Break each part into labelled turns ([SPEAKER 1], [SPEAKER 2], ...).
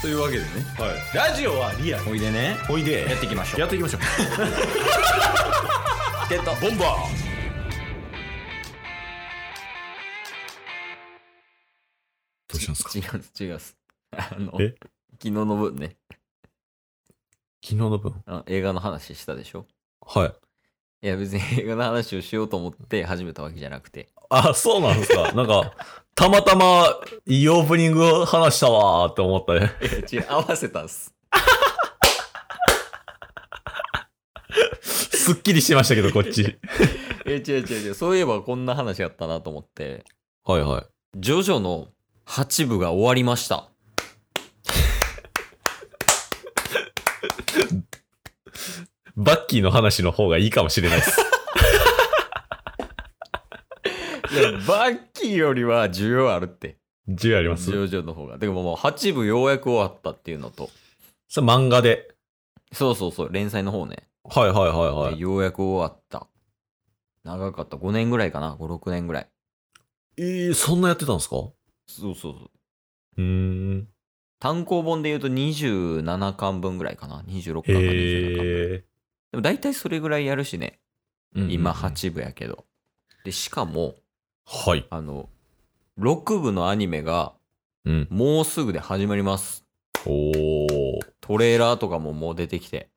[SPEAKER 1] というわけでね
[SPEAKER 2] はい、ラジオはリアル
[SPEAKER 1] おいでね
[SPEAKER 2] おいで
[SPEAKER 1] やっていきましょう
[SPEAKER 2] やっていきましょう
[SPEAKER 1] ってた
[SPEAKER 2] ボンバ
[SPEAKER 1] どうしたんですか
[SPEAKER 3] 違うっす違うっす。あの、
[SPEAKER 2] え
[SPEAKER 3] 昨日の分ね
[SPEAKER 2] 昨日の分
[SPEAKER 3] あの、映画の話したでしょ
[SPEAKER 2] はい
[SPEAKER 3] いや別に映画の話をしようと思って始めたわけじゃなくて。
[SPEAKER 2] あそうなんです かなんかたまたまいいオープニング話したわーって思ったね
[SPEAKER 3] いや違う、合わせたっす。
[SPEAKER 2] すっきりしましたけどこっ
[SPEAKER 3] い
[SPEAKER 2] ち
[SPEAKER 3] や違う違う違う、そういえばこんな話やったなと思って、
[SPEAKER 2] はいはい
[SPEAKER 3] ジョジョの8部が終わりました。
[SPEAKER 2] バッキーの話の方がいいかもしれないです
[SPEAKER 3] いや、バッキーよりは需要あるって。
[SPEAKER 2] 自由あり
[SPEAKER 3] ジ
[SPEAKER 2] ます
[SPEAKER 3] ョジョの方が。でももう8部ようやく終わったっていうのと、
[SPEAKER 2] それ漫画で
[SPEAKER 3] そうそうそう、連載の方ね。
[SPEAKER 2] はいはいはいはい
[SPEAKER 3] でようやく終わった。長かった。5年ぐらいかな ?5、6年ぐらい。
[SPEAKER 2] えー、そんなやってたんですかう
[SPEAKER 3] そうそうそう。
[SPEAKER 2] ーん
[SPEAKER 3] 単行本で言うと27巻分ぐらいかな26巻か27巻
[SPEAKER 2] へえ
[SPEAKER 3] でも大体それぐらいやるしね今8部やけど、でしかも
[SPEAKER 2] はい
[SPEAKER 3] あの6部のアニメが
[SPEAKER 2] うん
[SPEAKER 3] もうすぐで始まります
[SPEAKER 2] おー
[SPEAKER 3] トレーラーとかももう出てきて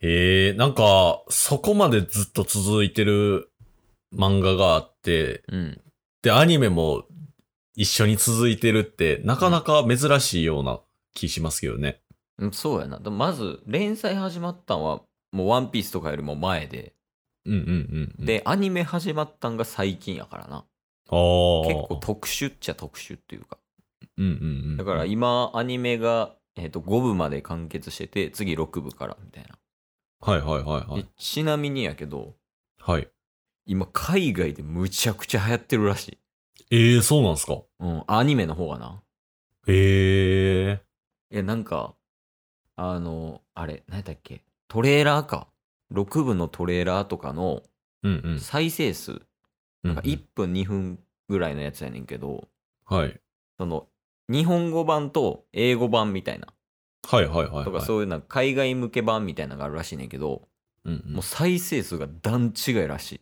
[SPEAKER 2] ええなんか、そこまでずっと続いてる漫画があって、
[SPEAKER 3] うん
[SPEAKER 2] で、アニメも一緒に続いてるって、なかなか珍しいような気しますけどね。
[SPEAKER 3] うんそうやなでもまず連載始まったんはもう「ワンピースとかよりも前で、
[SPEAKER 2] うんうんうんうん。、
[SPEAKER 3] でアニメ始まったんが最近やからな
[SPEAKER 2] ああ。
[SPEAKER 3] 結構特殊っちゃ特殊っていうか
[SPEAKER 2] うんうんうん。
[SPEAKER 3] だから
[SPEAKER 2] はい
[SPEAKER 3] 今アニメが、えー、と5部まで完結してて次6部からみたいな、
[SPEAKER 2] はいはいはい
[SPEAKER 3] で。ちなみにやけど
[SPEAKER 2] はい。
[SPEAKER 3] 今海外でむちゃくちゃ流行ってるらしい、
[SPEAKER 2] ええそうなんですか。
[SPEAKER 3] うん、アニメの方がな
[SPEAKER 2] ええ
[SPEAKER 3] いやなんかあのあれ何だっけトレーラーか6部のトレーラーとかの
[SPEAKER 2] うんうん。
[SPEAKER 3] 再生数、な
[SPEAKER 2] な
[SPEAKER 3] んか1分2分ぐらいのやつやねんけど
[SPEAKER 2] はい。
[SPEAKER 3] その日本語版と英語版みたいな
[SPEAKER 2] はいはいはい、はい。
[SPEAKER 3] とかそういうなんか海外向け版みたいなのがあるらしいねんけど、
[SPEAKER 2] うんうん。
[SPEAKER 3] もう再生数が段違いらしい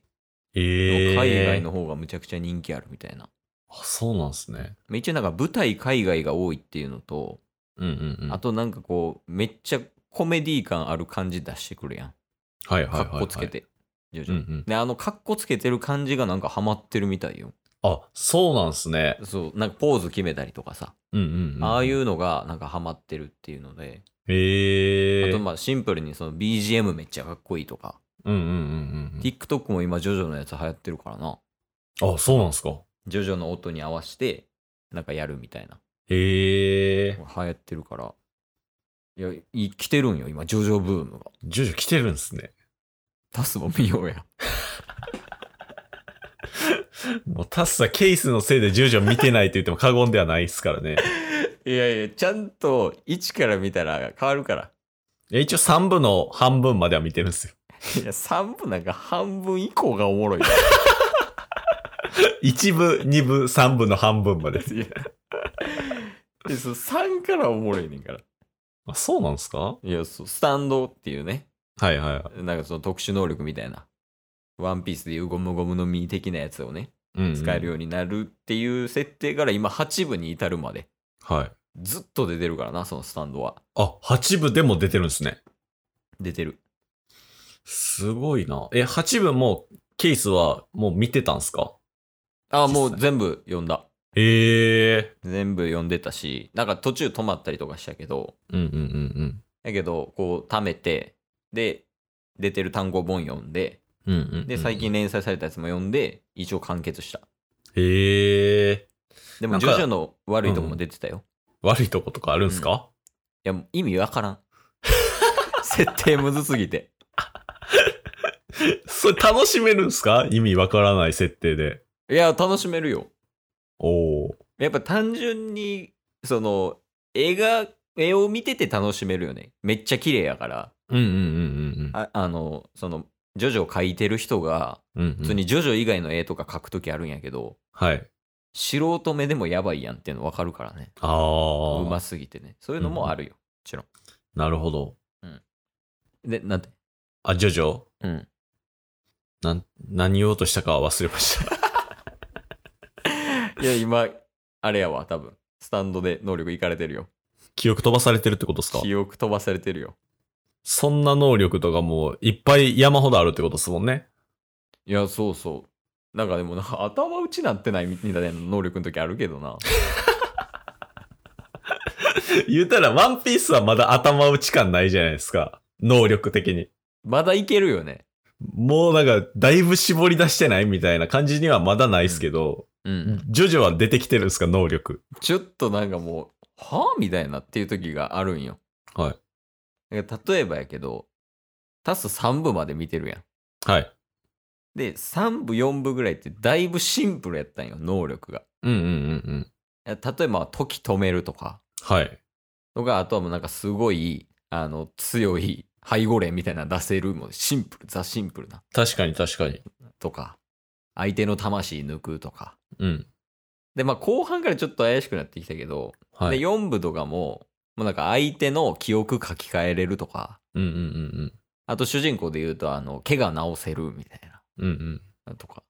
[SPEAKER 2] ええ
[SPEAKER 3] 海外の。方がむちゃくちゃ人気あるみたいな。
[SPEAKER 2] あ、そうなんですね。
[SPEAKER 3] まあ一応なんか舞台海外が多いっていうのと、
[SPEAKER 2] うんうんうん。
[SPEAKER 3] あとなんかこう、めっちゃコメディ感ある感じ出してくるやん。
[SPEAKER 2] はいはい
[SPEAKER 3] か
[SPEAKER 2] はい、はい。
[SPEAKER 3] っこつけ。て。徐
[SPEAKER 2] うんう
[SPEAKER 3] 々に。
[SPEAKER 2] ん。
[SPEAKER 3] で、あのかっこつけてる感じがなんかハマってるみたいよ。
[SPEAKER 2] あ、そうなんですね。
[SPEAKER 3] そう、なんかポーズ決めたりとかさ、
[SPEAKER 2] うんうん、うん。
[SPEAKER 3] ああい。うのがなんかハマってるっていうので、
[SPEAKER 2] ええ
[SPEAKER 3] あとまあシンプルにその BGM めっちゃかっこいいとか、
[SPEAKER 2] うんうんうんうん
[SPEAKER 3] TikTok も今ジョジョのやつ流行ってるからな。
[SPEAKER 2] うん。あ、そうなんですか。
[SPEAKER 3] ジョジョの音に合わせてなんかやるみたいな。
[SPEAKER 2] へえ。
[SPEAKER 3] 流行ってるから。いや、い来てるんよ、今、ジョジョブームが。
[SPEAKER 2] ジョジョ来てるんですね。
[SPEAKER 3] タスも見ようや。
[SPEAKER 2] もうタスさんケースのせいでジョジョ見てないと言っても過言ではないですからね。
[SPEAKER 3] いやいや、ちゃんと1から見たら変わるから。
[SPEAKER 2] いや一応3部の半分までは見てるんですよ。
[SPEAKER 3] いや、3部なんか半分以降がおもろい。
[SPEAKER 2] 1部、2部、3部の半分まで。
[SPEAKER 3] いやでそう3からおもろいねんから。
[SPEAKER 2] あそうなんですか
[SPEAKER 3] いやそう、スタンドっていうね、
[SPEAKER 2] はいは
[SPEAKER 3] なんかその特殊能力みたいな。ワンピースでいうゴムゴムの実的なやつをね、
[SPEAKER 2] い。うんうん
[SPEAKER 3] 使える。ようになるっていう設定から今8部に至るまで、
[SPEAKER 2] はい。
[SPEAKER 3] ずっと出てるからな、そのスタンドは。
[SPEAKER 2] あ、8部でも出てるんですね。
[SPEAKER 3] 出てる。
[SPEAKER 2] すごいな。え、8部もケースはもう見てたんすか
[SPEAKER 3] あ、もう全部読んだ。
[SPEAKER 2] へえ。
[SPEAKER 3] 全部読んでたしなんか途中止まったりとかしたけど
[SPEAKER 2] うんうんうん
[SPEAKER 3] だけどこう貯めてで出てる単語本読んで
[SPEAKER 2] うん。うんうんうん
[SPEAKER 3] で最。近連載されたやつも読んで一応完結した
[SPEAKER 2] へえ。
[SPEAKER 3] で
[SPEAKER 2] な
[SPEAKER 3] も
[SPEAKER 2] ん
[SPEAKER 3] ジ
[SPEAKER 2] か
[SPEAKER 3] ョジョの悪いとこも出てたよ、
[SPEAKER 2] 悪いとことかあるんすか、
[SPEAKER 3] いやもう意味わからん 設定むずすぎて
[SPEAKER 2] それ楽しめるんすか意味わからない設定で。
[SPEAKER 3] いや楽しめるよ
[SPEAKER 2] おお。
[SPEAKER 3] やっぱ単純にその映画絵を見てて楽しめるよねめっちゃ綺麗やから
[SPEAKER 2] うんうんうん
[SPEAKER 3] ああのそのジョジョ描いてる人が
[SPEAKER 2] うんうん。
[SPEAKER 3] 普通にジョジョ以外の絵とか描くときあるんやけど、
[SPEAKER 2] はい。
[SPEAKER 3] 素人目でもやばいやんっていうの分かるからね。
[SPEAKER 2] ああ。
[SPEAKER 3] うますぎてね。そういうのもあるよ。もちろん。
[SPEAKER 2] なるほど。
[SPEAKER 3] で、 なんて。
[SPEAKER 2] あ、ジョジョ
[SPEAKER 3] うん。
[SPEAKER 2] なん、何言おうとしたかは忘れま した。
[SPEAKER 3] いや、今、あれやわ、多分。スタンドで能力いかれてるよ。
[SPEAKER 2] 記憶飛ばされてるってことですか
[SPEAKER 3] 記憶飛ばされてるよ。
[SPEAKER 2] そんな能力とかもういっぱい山ほどあるってことですもんね。
[SPEAKER 3] いや、そうそう。なんかでもな、頭打ちなってないみたいな能力の時あるけどな。
[SPEAKER 2] 言うたら、ワンピースはまだ頭打ち感ないじゃないですか。能力的に。
[SPEAKER 3] まだいけるよね。
[SPEAKER 2] もうなんか、だいぶ絞り出してないみたいな感じにはまだないですけど、
[SPEAKER 3] うん。
[SPEAKER 2] ジョジョは出てきてるんですか、能力。
[SPEAKER 3] ちょっとなんかもう、はぁみたいなっていう時があるんよ。。
[SPEAKER 2] はい
[SPEAKER 3] 例えばやけど、タス3部まで見てるやん。
[SPEAKER 2] はい。
[SPEAKER 3] で、3部、4部ぐらいってだいぶシンプルやったんよ、能力が。
[SPEAKER 2] うんうんうんうん。
[SPEAKER 3] 例えば、時止めるとか、
[SPEAKER 2] はい。
[SPEAKER 3] とか、あとはもうなんかすごい、あの、強い背後霊みたいなの出せる、もうシンプル、ザシンプルな、
[SPEAKER 2] 確かに確かに。
[SPEAKER 3] とか、相手の魂抜くとか。
[SPEAKER 2] うん。
[SPEAKER 3] で、まあ、後半からちょっと怪しくなってきたけど、
[SPEAKER 2] はい。
[SPEAKER 3] で、4部とかも、もうなんか相手の記憶書き換えれるとか、
[SPEAKER 2] うんうんうん
[SPEAKER 3] あと主人公で言うと、あの、怪我治せるみたい
[SPEAKER 2] うん。うんうん。
[SPEAKER 3] な、とか、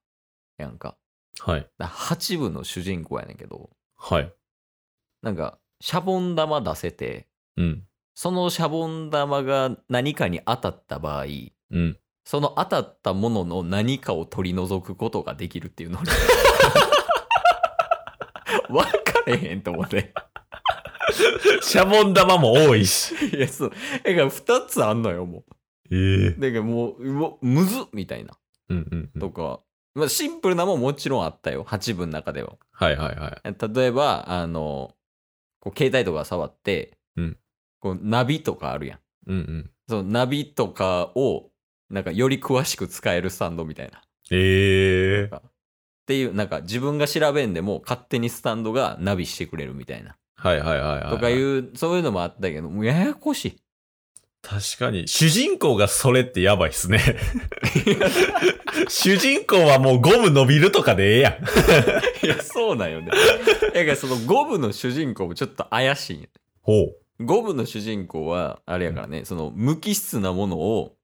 [SPEAKER 3] やんか。
[SPEAKER 2] はい。
[SPEAKER 3] だ8部の主人公やねんけど、
[SPEAKER 2] はい。
[SPEAKER 3] なんか、シャボン玉出せて、
[SPEAKER 2] うん。
[SPEAKER 3] そのシャボン玉が何かに当たった場合、
[SPEAKER 2] うん。
[SPEAKER 3] その当たったものの何かを取り除くことができるっていう の分かれへんと思って。
[SPEAKER 2] シャボン玉も多いし。
[SPEAKER 3] いや、そう。だから2つあんのよ、も
[SPEAKER 2] ええ
[SPEAKER 3] う。だからもう、うわむずっみたいな。
[SPEAKER 2] うんうんうん。
[SPEAKER 3] とか、まあ、シンプルなもんもちろんあったよ。8分の中では。
[SPEAKER 2] はいはいはい。
[SPEAKER 3] 例えば、あの、こう携帯とか触って、
[SPEAKER 2] うん
[SPEAKER 3] こうナビとかあるやん。
[SPEAKER 2] うんうん。
[SPEAKER 3] そのナビとかを、なんかより詳しく使えるスタンドみたいな。っ
[SPEAKER 2] ええ
[SPEAKER 3] ていう、なんか自分が調べんでも勝手にスタンドがナビしてくれるみたいな。
[SPEAKER 2] はいはいはいはい。
[SPEAKER 3] とかいう、そういうのもあったけど、もうややこしい。
[SPEAKER 2] 確かに。主人公がそれってやばいっすね。 主人公はもうゴム伸びるとかでええやん。
[SPEAKER 3] いや、そうなんよね。だからその五部の主人公もちょっと怪しいんよ
[SPEAKER 2] ほう。
[SPEAKER 3] 五部の主人公は、あれやからね、その無機質なものを、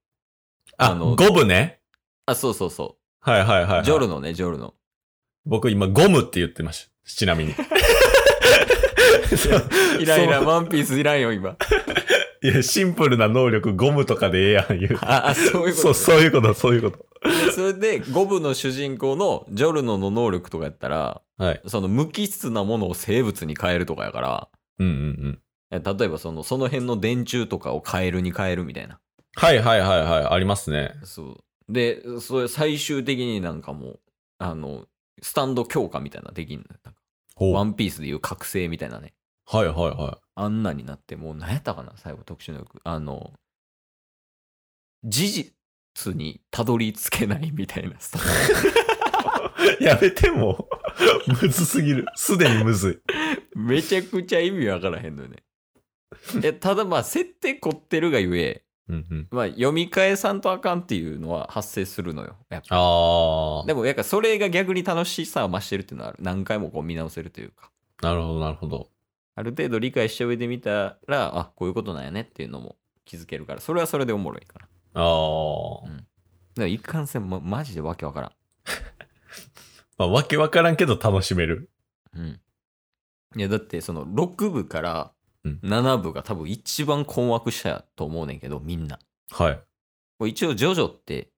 [SPEAKER 2] あ、
[SPEAKER 3] あの
[SPEAKER 2] ゴムね。
[SPEAKER 3] あ、そうそうそ
[SPEAKER 2] はいはいはい、は
[SPEAKER 3] う。
[SPEAKER 2] い。
[SPEAKER 3] ジョルノね、ジョルノ。
[SPEAKER 2] 僕今ゴムって言ってました。ちなみ に。そう
[SPEAKER 3] イライラ、
[SPEAKER 2] そう
[SPEAKER 3] ワンピースいらんよ、今。
[SPEAKER 2] いや、シンプルな能力ゴムとかでええやん、言う。
[SPEAKER 3] あ、あそういうこと、
[SPEAKER 2] そ
[SPEAKER 3] ね、
[SPEAKER 2] う、そういうこと、そういうこと。
[SPEAKER 3] でそれで五部の主人公のジョルノの能力とかやったら
[SPEAKER 2] はい。
[SPEAKER 3] その無機質なものを生物に変えるとかやから
[SPEAKER 2] うんうんうん。
[SPEAKER 3] え例えばそのその辺の電柱とかをカエルに変えるみたいな
[SPEAKER 2] はいはいはいはい、ありますね。
[SPEAKER 3] そうでそれ最終的になんかもうあのスタンド強化みたいなできんのよなんか
[SPEAKER 2] ほう。
[SPEAKER 3] ワ
[SPEAKER 2] はい
[SPEAKER 3] ンピースでいう覚醒みたいなね
[SPEAKER 2] はいは
[SPEAKER 3] あんなになってもう何やったかな最後特殊能力あの事実にたどり着けないみたいなスタンド
[SPEAKER 2] い。やめても う、むずすぎる。すでにむずい。
[SPEAKER 3] めちゃくちゃ意味わからへんのよね。いやただまあ設定凝ってるがゆえ、
[SPEAKER 2] うんうん。
[SPEAKER 3] まあ、読み替えさんとあかんっていうのは発生するのよやっぱ
[SPEAKER 2] あ
[SPEAKER 3] でもやっぱそれが逆に楽しさを増してるっていうのはある何回もこう見直せるというか
[SPEAKER 2] あ。なるほど、なるほど。
[SPEAKER 3] ある程度理解した上で見たらあこういうことなんやねっていうのも気づけるからそれはそれでおもろいからだか
[SPEAKER 2] ああ。
[SPEAKER 3] ら一貫性もマジでわけわから
[SPEAKER 2] まあ、わけわからんけど楽しめる。
[SPEAKER 3] んうんいやだってその6部から
[SPEAKER 2] うん
[SPEAKER 3] 7部が多分一番困惑したと思うねんけどみんな
[SPEAKER 2] はい。
[SPEAKER 3] こう一応ジョジョって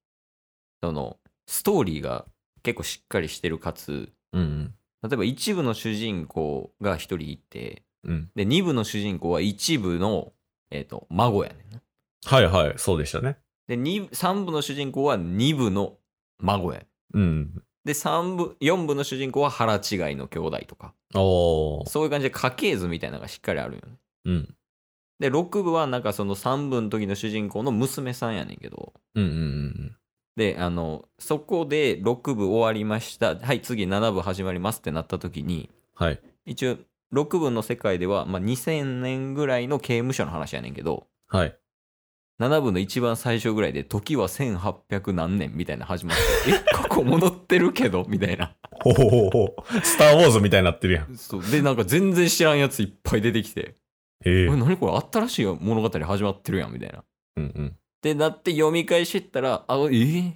[SPEAKER 3] そのストーリーが結構しっかりしてるかつ
[SPEAKER 2] うん
[SPEAKER 3] 例えば一部の主人公が一人いて
[SPEAKER 2] うん。うん。
[SPEAKER 3] で二部の主人公は一部の、えー、と孫やねんな
[SPEAKER 2] はいはい、そうでしたね。
[SPEAKER 3] で二三部の主人公は二部の孫やねん
[SPEAKER 2] うん。
[SPEAKER 3] で三部四部の主人公は腹違いの兄弟とか
[SPEAKER 2] おー。
[SPEAKER 3] そういう感じで家系図みたいなのがしっかりあるよね
[SPEAKER 2] うん。
[SPEAKER 3] で六部はなんかその三部の時の主人公の娘さんやねんけど
[SPEAKER 2] うんうんうん
[SPEAKER 3] であのそこで6部終わりましたはい次7部始まりますってなった時に
[SPEAKER 2] うん。はい。
[SPEAKER 3] 一応6部の世界では、まあ、2000年ぐらいの刑務所の話やねんけど
[SPEAKER 2] はい。
[SPEAKER 3] 7部の一番最初ぐらいで、時は1800何年みたいな始まって、 え、過去戻ってるけどみたいな。
[SPEAKER 2] ほほほほ。 スター・ウォーズみたいになってるやん。
[SPEAKER 3] そう。で、なんか全然知らんやついっぱい出てきて、
[SPEAKER 2] ええ
[SPEAKER 3] え、何これ新しい物語始まってるやんみたいな。っ
[SPEAKER 2] うんうん。
[SPEAKER 3] てなって読み返してったら、あ、えー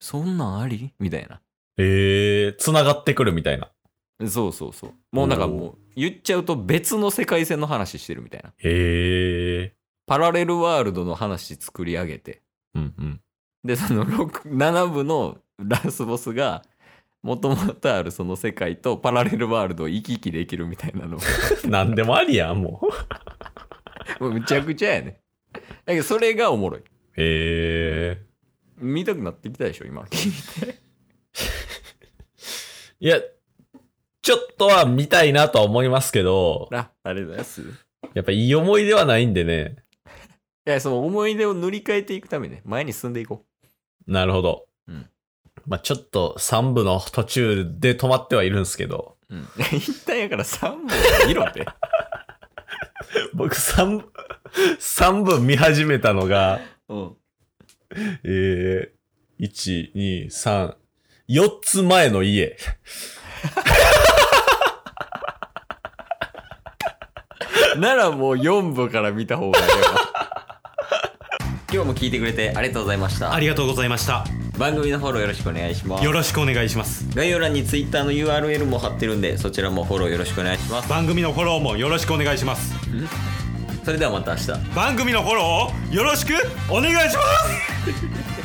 [SPEAKER 3] そんなんありみたいな。
[SPEAKER 2] ええ繋がってくるみたいな。
[SPEAKER 3] そうそうそう。もうなんかもう、言っちゃうと別の世界線の話してるみたいな。
[SPEAKER 2] へえ。
[SPEAKER 3] パラレルワールドの話作り上げて、
[SPEAKER 2] うんうん。
[SPEAKER 3] で、その6 7部のラスボスが、もともとあるその世界とパラレルワールドを行き来できるみたいなの。
[SPEAKER 2] なんでもありやん、もう。
[SPEAKER 3] もうむちゃくちゃやね。だけど、それがおもろい。
[SPEAKER 2] へえ。
[SPEAKER 3] 見たくなってきたでしょ、 今。
[SPEAKER 2] いや、ちょっとは見たいなとは思いますけど、
[SPEAKER 3] あ、ありがとうございます。い
[SPEAKER 2] やっぱいい思いではないんでね。
[SPEAKER 3] や、その思い出を塗り替えていくためにね、前に進んでいこ
[SPEAKER 2] なるほど。
[SPEAKER 3] うん
[SPEAKER 2] まあちょっと3部の途中で止まってはいるんですけど、
[SPEAKER 3] う。うん。 一旦やから3本見ろって。
[SPEAKER 2] 僕3、3部見始めたのが、
[SPEAKER 3] うん。
[SPEAKER 2] えー、1、2、3、4つ前の家。
[SPEAKER 3] ならもう4部から見た方がいいよ今日も聞いてくれてありがとうございました
[SPEAKER 1] りがとうございました。
[SPEAKER 3] 番組のフォローよろしくお願いします
[SPEAKER 1] ろしくお願いします。
[SPEAKER 3] 概要欄に Twitter の URL も貼ってるんでそちらもフォローよろしくお願いします
[SPEAKER 1] 番組のフォローもよろしくお願いします。
[SPEAKER 3] それではまた明日
[SPEAKER 1] 番組のフォローをよろしくお願いします